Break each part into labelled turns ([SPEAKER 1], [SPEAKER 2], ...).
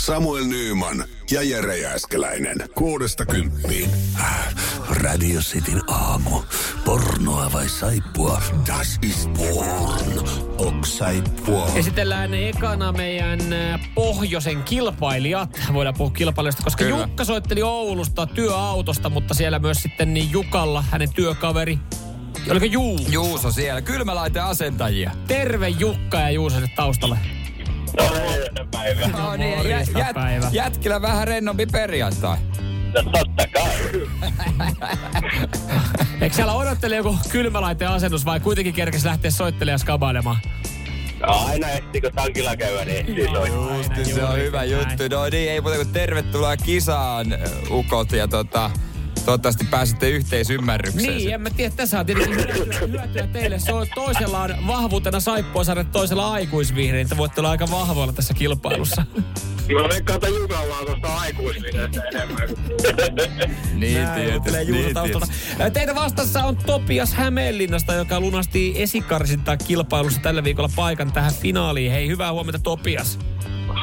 [SPEAKER 1] Samuel Nyyman ja Jere Jääskeläinen. Kuudesta kymppiin. Äh,
[SPEAKER 2] Radio Cityn aamu. Pornoa vai saippua? Das is porn. Ok saippua.
[SPEAKER 3] Esitellään ekana meidän äh, pohjoisen kilpailijat. Voidaan puhua kilpailijoista, koska Kyllä. Jukka soitteli Oulusta työautosta, mutta siellä myös sitten niin Jukalla hänen työkaveri Oliko Juu?
[SPEAKER 4] Juuso siellä, kylmälaite asentajia.
[SPEAKER 3] Terve Jukka ja Juuso sinne taustalle.
[SPEAKER 5] No, päivä.
[SPEAKER 4] No niin, jä,
[SPEAKER 3] Morjesta,
[SPEAKER 4] jät,
[SPEAKER 3] päivä.
[SPEAKER 4] jätkillä vähän rennompi perjantai.
[SPEAKER 5] No, totta kai.
[SPEAKER 3] Eikö siellä odottele joku kylmälaiteen asennus vai kuitenkin kerkes lähteä soittelemaan ja skabailemaan?
[SPEAKER 5] No, aina ehtii, kun tankilla käydä, niin ehtii soittaa.
[SPEAKER 4] Justi, se on
[SPEAKER 3] juurikin
[SPEAKER 4] hyvä
[SPEAKER 3] näin.
[SPEAKER 4] juttu. No niin, ei muuta kuin tervetuloa kisaan, ö, ukot. Ja tota, toivottavasti pääsette yhteisymmärrykseen.
[SPEAKER 3] Niin, en mä tiedä. Tässä on tietenkin hyötyä, hyötyä teille. Se on toisella on vahvuutena saippua saada toisella aikuisvihreä. Te voitte olla aika vahvoilla tässä kilpailussa.
[SPEAKER 5] Mä veikkaan, että Jukalla on tuosta aikuisvidestä enemmän.
[SPEAKER 4] niin
[SPEAKER 3] Näin,
[SPEAKER 4] tietysti,
[SPEAKER 3] tulee Juuso
[SPEAKER 4] niin
[SPEAKER 3] taustalla.
[SPEAKER 4] tietysti.
[SPEAKER 3] Teitä vastassa on Topias Hämeenlinnasta, joka lunasti esikarsintaa kilpailussa tällä viikolla paikan tähän finaaliin. Hei, hyvää huomenta Topias.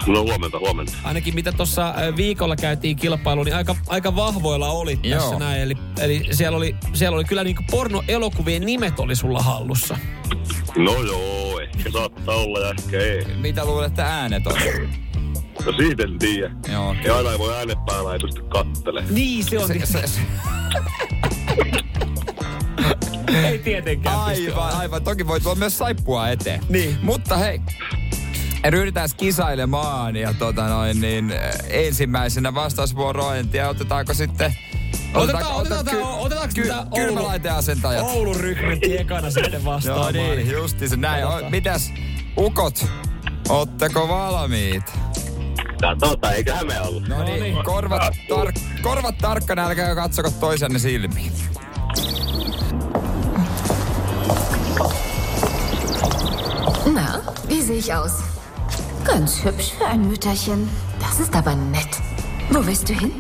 [SPEAKER 5] No huomenta, huomenta.
[SPEAKER 3] Ainakin mitä tuossa viikolla käytiin kilpailu, niin aika, aika vahvoilla oli tässä
[SPEAKER 4] Joo.
[SPEAKER 3] näin. Eli, eli siellä, oli, siellä oli kyllä niinku pornoelokuvien nimet oli sulla hallussa.
[SPEAKER 5] No joo, ehkä saattaa olla ja ehkä ei.
[SPEAKER 4] Mitä luulet, että äänet on?
[SPEAKER 5] No siitä en tiedä.
[SPEAKER 4] Joo,
[SPEAKER 5] Ja aina ei voi äänet päällä, ei pysty kattele.
[SPEAKER 3] Niin, se on.
[SPEAKER 4] Se- se- se-
[SPEAKER 3] ei tietenkään. pysty
[SPEAKER 4] Aivan, aivan. Toki voi tulla myös saippua eteen.
[SPEAKER 3] Niin.
[SPEAKER 4] Mutta hei, ryhdytään kisailemaan ja tota noin, niin eh, ensimmäisenä vastausvuoroon. En tiedä, otetaanko sitten...
[SPEAKER 3] Otetaan, otetaan,
[SPEAKER 4] ky-
[SPEAKER 3] tää- otetaanko
[SPEAKER 4] ky-
[SPEAKER 3] tää Oulu-
[SPEAKER 4] kylmälaiteasentajat?
[SPEAKER 3] Oulun rykmentti ekana sitten
[SPEAKER 4] Joo
[SPEAKER 3] vastaamaan.
[SPEAKER 4] niin, justi se näin. O,
[SPEAKER 3] Otetaan.
[SPEAKER 4] mitäs, ukot, ootteko valmiit?
[SPEAKER 5] Katsotaan, eiköhän me olla.
[SPEAKER 4] No niin,
[SPEAKER 3] niin.
[SPEAKER 4] korvat, tar- korvat tarkkana, älkää katsoko toisenne silmiin.
[SPEAKER 6] Na, wie sehe ich aus? Ganz hübsch für ein Mütterchen. Das ist aber nett. Wo willst du hin?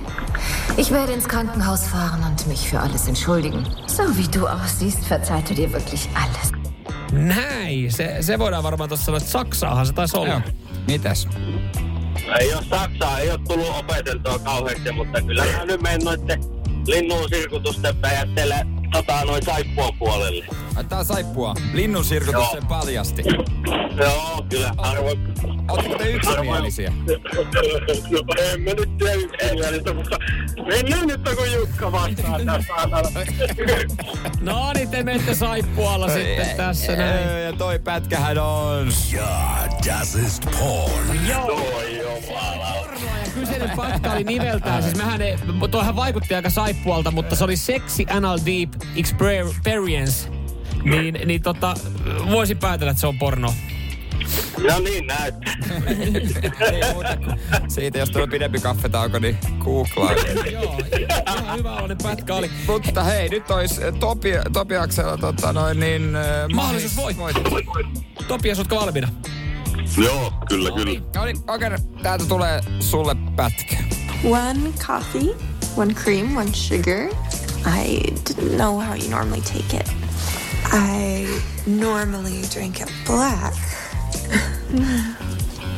[SPEAKER 6] Ich werde ins Krankenhaus fahren und mich für alles entschuldigen. So wie du aussiehst, verzeihte dir wirklich alles.
[SPEAKER 3] Näin, se, se voidaan varmaan tuossa sanoa, että Saksaahan se taisi olla.
[SPEAKER 4] Joo. Mitäs?
[SPEAKER 5] Ei ole Saksaa, ei ole tullut opeteltua kauheasti, mutta kyllä mä nyt menen noitten linnun sirkutusten päijätteelle tota, noin saippuan puolelle.
[SPEAKER 4] Ai, Tää on saippua. Linnun sirkutus
[SPEAKER 5] Joo.
[SPEAKER 4] sen paljasti.
[SPEAKER 5] Joo, kyllä. Arvo,
[SPEAKER 4] Oletteko te yksimielisiä?
[SPEAKER 5] No en mä nyt tiedä yksimielistä, mutta mennään nyt kun Jukka vastaa tässä
[SPEAKER 3] No niin, te menette saippualla sitten tässä näin.
[SPEAKER 4] Öö, Ja toi pätkähän on...
[SPEAKER 1] Ja, das ist porn.
[SPEAKER 3] Joo.
[SPEAKER 5] Voi jumala.
[SPEAKER 3] Ja Kyseinen patka oli nimeltään, siis mähän ei, toihan vaikutti aika saippualta, mutta se oli Sexy Anal Deep Experience. Niin, niin tota, voisin päätellä, että se on porno.
[SPEAKER 5] No niin näyttää.
[SPEAKER 4] Ei muuta kuin siitä, jos tulee pidempi kaffetauko, niin googlaa.
[SPEAKER 3] Joo, ihan hyvä oloinen pätkä oli.
[SPEAKER 4] Mutta hei, nyt olisi Topi, Topiaksella tota noin niin... ö,
[SPEAKER 3] Mahdollisuus
[SPEAKER 4] mahdollis-
[SPEAKER 3] voittaa. Topias, ootko valmiina?
[SPEAKER 5] Joo, kyllä kyllä.
[SPEAKER 4] No niin, okei, täältä tulee sulle pätkä.
[SPEAKER 7] One coffee, one cream, one sugar. I didn't know how you normally take it.
[SPEAKER 8] I normally drink it black.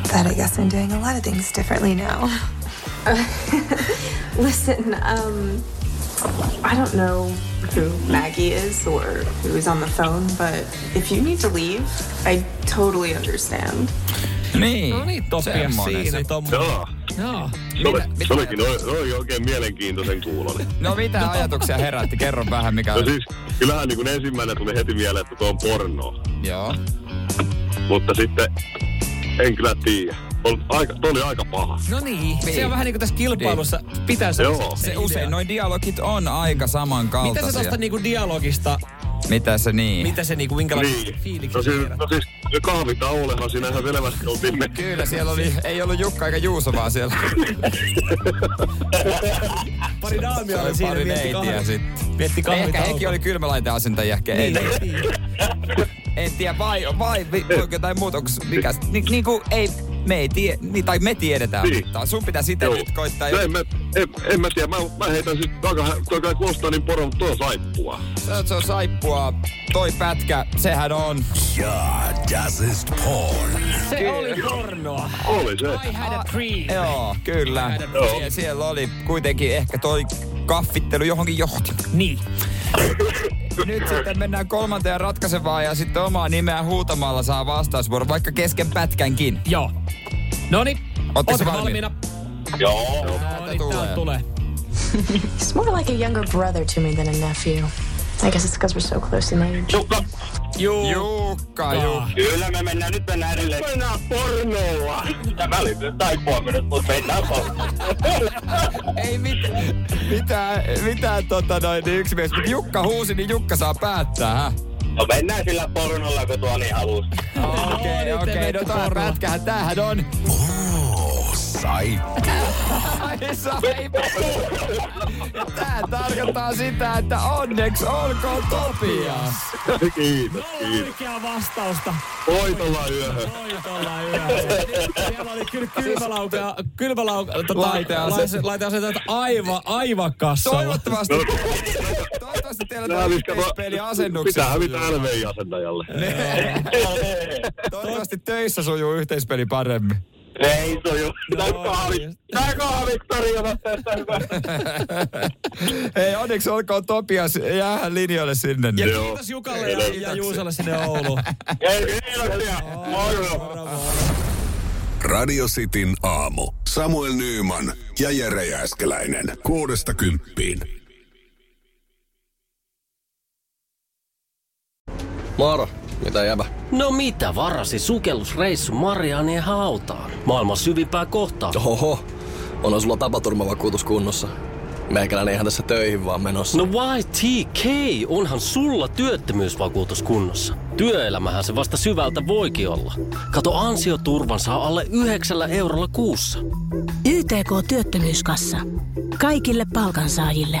[SPEAKER 8] but I guess I'm doing a lot of things differently now.
[SPEAKER 7] Listen, um,
[SPEAKER 8] I don't know who Maggie is or who is on the phone, but if you need to leave, I totally understand.
[SPEAKER 4] Niin.
[SPEAKER 3] No niin, Topias
[SPEAKER 4] semmonen
[SPEAKER 3] siinä.
[SPEAKER 4] sit.
[SPEAKER 3] Tommo.
[SPEAKER 5] Joo.
[SPEAKER 3] Joo.
[SPEAKER 5] Se, oli,
[SPEAKER 4] Mitä-
[SPEAKER 5] se olikin oi- oi oikein mielenkiintoisen kuulonen.
[SPEAKER 4] No mitä ajatuksia herätti? Kerro vähän mikä...
[SPEAKER 5] No siis, kyllähän niin ensimmäinen tuli heti mieleen, että tuo on pornoa.
[SPEAKER 4] Joo.
[SPEAKER 5] Mutta sitten en kyllä tiedä. On aika, toi oli aika paha.
[SPEAKER 3] No niin, se
[SPEAKER 4] Niin.
[SPEAKER 3] on vähän niin kuin tässä kilpailussa pitäisi
[SPEAKER 5] Joo.
[SPEAKER 3] olla
[SPEAKER 4] Se
[SPEAKER 3] idea.
[SPEAKER 4] usein, noin dialogit on aika
[SPEAKER 3] Mitä
[SPEAKER 4] samankaltaisia.
[SPEAKER 3] sä tosta niinku dialogista
[SPEAKER 4] Mitä se niin?
[SPEAKER 3] Mitä se niinku, minkälaisia
[SPEAKER 5] Niin.
[SPEAKER 3] fiiliksiä
[SPEAKER 5] No
[SPEAKER 3] se
[SPEAKER 5] siis, no siis kahvita olehan, siinähän selvästi oltiin me.
[SPEAKER 4] Kyllä siellä oli, ei ollut Jukka eikä Juuso vaan siellä.
[SPEAKER 3] Pari daamia
[SPEAKER 4] oli
[SPEAKER 3] oli siinä,
[SPEAKER 4] pari
[SPEAKER 3] mietti
[SPEAKER 4] neitiä
[SPEAKER 3] kahvit.
[SPEAKER 4] sitten.
[SPEAKER 3] Mietti kahvit
[SPEAKER 4] Ehkä hekin
[SPEAKER 3] aukoa.
[SPEAKER 4] oli kylmälaite asentajia, ehkä ei.
[SPEAKER 3] Niin, niin.
[SPEAKER 4] En tiedä, vai, vai, vi- voiko jotain muuta, onko mikä, ni, niinku, ei, me ei tie, niin, tai me tiedetään,
[SPEAKER 5] Niin.
[SPEAKER 4] mutta sun pitää sitä
[SPEAKER 5] Joo.
[SPEAKER 4] nyt koittaa.
[SPEAKER 5] No
[SPEAKER 4] Jo.
[SPEAKER 5] en, mä, en, en mä tiedä, mä, mä heitän sit, toika, toika kuulostaa niin poro, mutta tuo on saippua.
[SPEAKER 4] Se on- Se on saippua, toi pätkä, sehän on.
[SPEAKER 1] Ja, das ist porn.
[SPEAKER 3] Se oli pornoa.
[SPEAKER 5] Oli se.
[SPEAKER 3] I had a dream.
[SPEAKER 4] Joo, kyllä.
[SPEAKER 5] Joo.
[SPEAKER 4] Sie- siellä oli kuitenkin ehkä toi kaffittelu johonkin johti.
[SPEAKER 3] Niin.
[SPEAKER 4] Nyt sitten mennään kolmanteen ratkaisevaan ja sitten omaa nimeä huutamalla saa vastausvuoro, vaikka kesken pätkänkin.
[SPEAKER 3] Joo. Noni.
[SPEAKER 4] Ootteko
[SPEAKER 3] Ootko
[SPEAKER 4] valmiina?
[SPEAKER 3] valmiina?
[SPEAKER 5] Joo.
[SPEAKER 3] No niin,
[SPEAKER 4] tulee.
[SPEAKER 3] tää tulee.
[SPEAKER 6] He's more like a younger brother to me than a nephew. I guess it's because we're so close in age.
[SPEAKER 5] Jukka,
[SPEAKER 3] Juu.
[SPEAKER 5] Ah.
[SPEAKER 4] Jukka, Jukka.
[SPEAKER 5] Kyllä me mennään, nyt mennään edelleen. Mennään pornoa. Tämä oli nyt saippua mennyt, mutta mennään pornoa.
[SPEAKER 4] Ei mitään, mitään, mitään tota noin, niin yksi mies. Mut Jukka huusi, niin Jukka saa päättää, hä?
[SPEAKER 5] No mennään sillä pornolla, kun tuo niin halus.
[SPEAKER 4] Okei,
[SPEAKER 3] nyt
[SPEAKER 4] okei,
[SPEAKER 3] vedetty
[SPEAKER 4] no tää
[SPEAKER 3] porno.
[SPEAKER 4] pätkähän tämähän on.
[SPEAKER 1] Oh, saippua.
[SPEAKER 4] Ai saipa. Tää tarkoittaa sitä, että onneksi olkoon Topias.
[SPEAKER 5] Kiitos,
[SPEAKER 3] Nolla oikeaa vastausta.
[SPEAKER 5] Voitolla yöhön.
[SPEAKER 3] Hoitolla Siellä oli kyllä kylmälauka, kylmälauka, tota,
[SPEAKER 4] Laitease.
[SPEAKER 3] laitease- laiteasetet aiva, aivakassalla.
[SPEAKER 4] Toivottavasti.
[SPEAKER 5] No.
[SPEAKER 4] Toivottavasti teillä
[SPEAKER 5] Nää
[SPEAKER 4] on
[SPEAKER 5] viskä-
[SPEAKER 4] yhteispeli
[SPEAKER 5] Pitää
[SPEAKER 4] asennuksessa.
[SPEAKER 5] hävitä LVI-asentajalle.
[SPEAKER 4] Toivottavasti töissä sujuu yhteispeli paremmin.
[SPEAKER 5] Ei soju. Tää
[SPEAKER 3] No,
[SPEAKER 5] kahvit.
[SPEAKER 3] just.
[SPEAKER 5] Tää kahvit tarjolla tästä hyvä.
[SPEAKER 4] Hei, onneksi olkoon Topias. Jäähän linjoille sinne.
[SPEAKER 3] Ja
[SPEAKER 4] Nyt.
[SPEAKER 5] Joo.
[SPEAKER 3] kiitos Jukalle ja, ja Juusalle sinne Ouluun.
[SPEAKER 5] Hei, kiitoksia. Moro.
[SPEAKER 1] Radio Cityn aamu. Samuel Nyyman ja Jere Jääskeläinen. Kuudesta kymppiin.
[SPEAKER 9] Moro, mitä jäbä?
[SPEAKER 10] No mitä varasi sukellusreissu Marianien hautaan? Maailman syvimpää kohtaa.
[SPEAKER 9] Oho, onhan sulla tapaturmavakuutus kunnossa. Meikäläinen ihan tässä töihin vaan menossa.
[SPEAKER 10] No YTK, onhan sulla työttömyysvakuutus kunnossa. Työelämähän se vasta syvältä voikin olla. Kato ansioturvan saa alle 9 eurolla kuussa.
[SPEAKER 6] YTK Työttömyyskassa. Kaikille palkansaajille.